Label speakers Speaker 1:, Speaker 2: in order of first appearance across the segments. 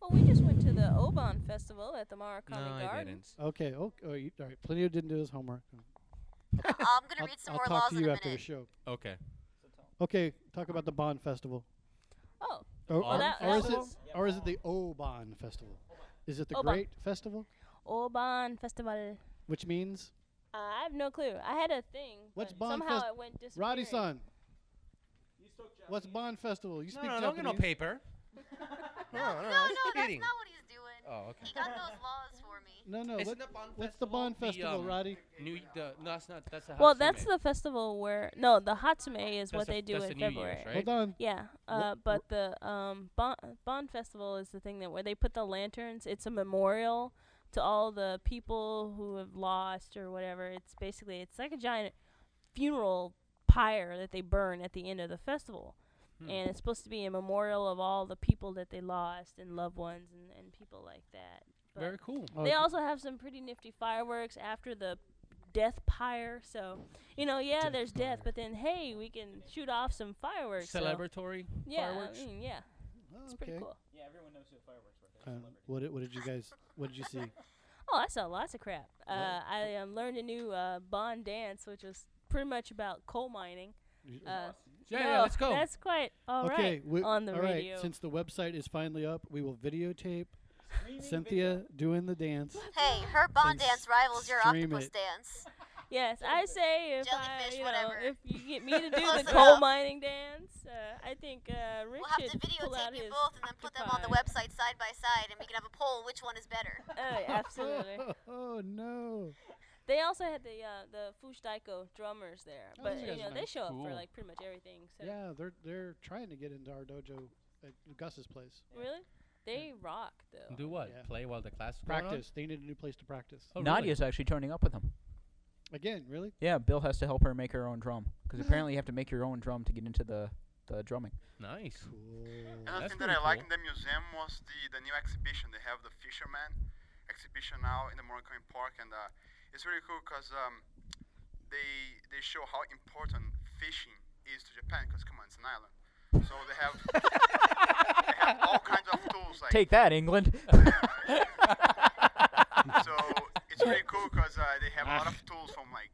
Speaker 1: Well, we just went to the Oban Festival at the Maracami
Speaker 2: No, I
Speaker 1: Garden.
Speaker 2: didn't.
Speaker 3: Okay. Oh, oh, you, all right. Plinio didn't do his homework.
Speaker 4: I'm gonna
Speaker 3: I'll,
Speaker 4: read some
Speaker 3: I'll
Speaker 4: more
Speaker 3: talk
Speaker 4: laws
Speaker 3: to
Speaker 4: in
Speaker 3: you
Speaker 4: a
Speaker 3: after the
Speaker 4: minute.
Speaker 3: show.
Speaker 2: Okay.
Speaker 3: Okay, talk about the Bond Festival.
Speaker 1: Oh,
Speaker 3: Or,
Speaker 2: Well,
Speaker 3: or-
Speaker 1: that-
Speaker 3: or
Speaker 1: that
Speaker 3: is
Speaker 1: was-
Speaker 3: it, or is it the Oban Festival? Is it the
Speaker 1: Oban.
Speaker 3: Great Festival?
Speaker 1: Oban Festival.
Speaker 3: Which means
Speaker 1: Uh, I have no clue. I had a thing.
Speaker 3: What's
Speaker 1: but
Speaker 3: Bon
Speaker 1: Somehow
Speaker 3: Fest-
Speaker 1: it went disappearing.
Speaker 3: Roddy San. What's Bond Festival? You
Speaker 2: No,
Speaker 3: speak
Speaker 2: no, don't
Speaker 3: Japanese.
Speaker 2: get no paper. no, no,
Speaker 4: No,
Speaker 2: I'm
Speaker 4: no, that's
Speaker 2: kidding.
Speaker 4: not what he's doing.
Speaker 2: Oh, okay.
Speaker 4: He got those laws for me.
Speaker 3: No, no.
Speaker 2: Isn't
Speaker 3: what-
Speaker 2: the Bond
Speaker 3: what's the Bond
Speaker 2: Festival
Speaker 3: Festival,
Speaker 2: the, um,
Speaker 3: Roddy?
Speaker 2: New, the, no, that's not. That's the
Speaker 1: Well,
Speaker 2: Hatsume.
Speaker 1: that's the festival where no, the Hatsume is what
Speaker 2: That's the-
Speaker 1: they do
Speaker 2: that's
Speaker 1: in
Speaker 2: the New Year's,
Speaker 1: February.
Speaker 2: right?
Speaker 3: Hold on.
Speaker 1: Yeah, uh, but the um, bon, bon Festival is the thing that where they put the lanterns. It's a memorial to all the people who have lost or whatever. It's basically it's like a giant funeral pyre that they burn at the end of the festival,
Speaker 3: Hmm.
Speaker 1: and it's supposed to be a memorial of all the people that they lost and loved ones and, and people like that. But
Speaker 2: Very cool.
Speaker 3: Oh,
Speaker 1: They also have some pretty nifty fireworks after the death pyre. So, you know, yeah,
Speaker 3: Death
Speaker 1: there's death,
Speaker 3: pyre.
Speaker 1: but then hey, we can shoot off some fireworks. so-
Speaker 2: Celebratory
Speaker 1: yeah,
Speaker 2: fireworks.
Speaker 1: I mean, yeah,
Speaker 3: oh,
Speaker 1: it's pretty
Speaker 3: okay.
Speaker 1: cool.
Speaker 5: Yeah, everyone knows who the fireworks were. They're
Speaker 3: Um,
Speaker 5: celebrities.
Speaker 3: what did, what did you guys what did you see?
Speaker 1: Oh, I saw lots of crap. Uh, I um, learned a new uh, Bond dance, which was pretty much about coal mining.
Speaker 3: You-
Speaker 1: Uh,
Speaker 2: yeah,
Speaker 1: no,
Speaker 2: yeah, let's go.
Speaker 1: That's quite all right
Speaker 3: okay, we-
Speaker 1: on the
Speaker 3: all right,
Speaker 1: radio.
Speaker 3: Since the website is finally up, we will videotape
Speaker 5: Screaming
Speaker 3: Cynthia doing the dance.
Speaker 4: Hey, her bond
Speaker 3: And
Speaker 4: dance rivals your
Speaker 3: stream
Speaker 4: octopus
Speaker 3: it.
Speaker 4: dance.
Speaker 1: yes, I say if I, you
Speaker 4: Jellyfish,
Speaker 1: know,
Speaker 4: whatever.
Speaker 1: if you get me to do
Speaker 4: Close
Speaker 1: the coal
Speaker 4: enough.
Speaker 1: mining dance, uh, I think uh, Rich
Speaker 4: We'll have to
Speaker 1: should pull out
Speaker 4: videotape you
Speaker 1: his
Speaker 4: both and then put them on the
Speaker 1: octopi.
Speaker 4: website side by side, and we can have a poll which one is better.
Speaker 1: Oh, absolutely.
Speaker 3: oh no.
Speaker 1: They also had the uh, the Fushdaiko drummers there,
Speaker 3: Oh,
Speaker 1: but
Speaker 3: those
Speaker 1: you
Speaker 3: guys
Speaker 1: know
Speaker 3: are
Speaker 1: they
Speaker 3: nice.
Speaker 1: show up for
Speaker 2: Cool.
Speaker 1: like pretty much everything. So
Speaker 3: Yeah, they're they're trying to get into our dojo at Gus's place.
Speaker 1: really, they rock though.
Speaker 2: Do what?
Speaker 3: Yeah.
Speaker 2: Play while the class is going on?
Speaker 3: Practice. They need a new place to practice.
Speaker 2: Oh, really?
Speaker 6: Nadia's actually turning up with him.
Speaker 3: Again, really?
Speaker 6: Yeah, Bill has to help her make her own drum because apparently you have to make your own drum to get into the the drumming.
Speaker 2: Nice.
Speaker 3: Cool.
Speaker 7: Another
Speaker 2: That's
Speaker 7: thing
Speaker 2: pretty
Speaker 7: that I liked
Speaker 2: cool.
Speaker 7: in the museum was the, the new exhibition. They have the Fisherman exhibition now in the Morricone Park, and uh, it's really cool because um, they they show how important fishing is to Japan. Because come on, it's an island, so they have, they have all kinds of tools like
Speaker 6: Take that, England.
Speaker 7: so it's really cool because uh, they have a lot of tools from like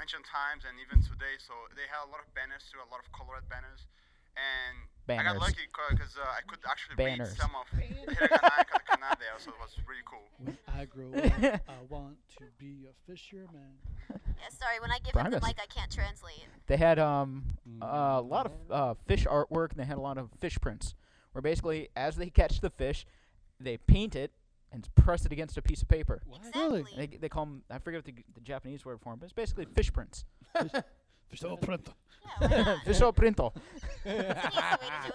Speaker 7: ancient times and even today. So they have a lot of banners too, a lot of colored banners. And I got
Speaker 6: Banners.
Speaker 7: lucky because uh, I could actually
Speaker 6: Banners.
Speaker 7: read some of hiragana and katakana there, so it was really cool.
Speaker 3: When I grow up, I want to be a fisherman.
Speaker 4: Yeah, sorry, when I give him
Speaker 6: Progress.
Speaker 4: the mic, I can't translate.
Speaker 6: they had um a lot of uh, fish artwork and they had a lot of fish prints where basically as they catch the fish, they paint it and s- press it against a piece of paper.
Speaker 3: Really?
Speaker 4: Exactly.
Speaker 6: They, they call them I forget what the, g- the Japanese word for them, but it's basically fish prints.
Speaker 3: Fish- oh, pronto.
Speaker 4: Yeah, why not?
Speaker 6: fish printo.
Speaker 4: That's the easy way to do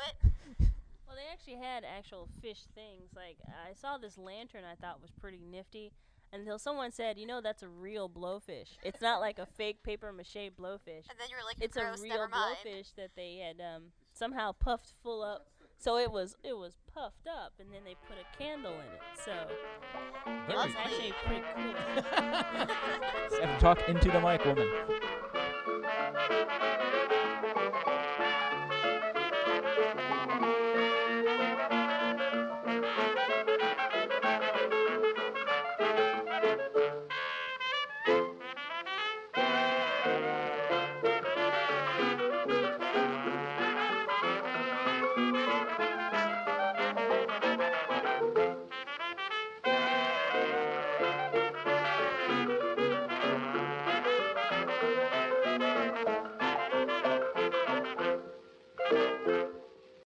Speaker 4: it.
Speaker 1: Well, they actually had actual fish things. Like I saw this lantern I thought was pretty nifty, until someone said, you know, that's a real blowfish. It's not like a fake paper mache blowfish.
Speaker 4: And then you were like,
Speaker 1: It's
Speaker 4: gross,
Speaker 1: a
Speaker 4: never
Speaker 1: real
Speaker 4: mind.
Speaker 1: blowfish that they had um, somehow puffed full up. So it was it was puffed up, and then they put a candle in it. So it was
Speaker 2: Very cool.
Speaker 1: actually pretty cool.
Speaker 6: You have to talk into the mic, woman.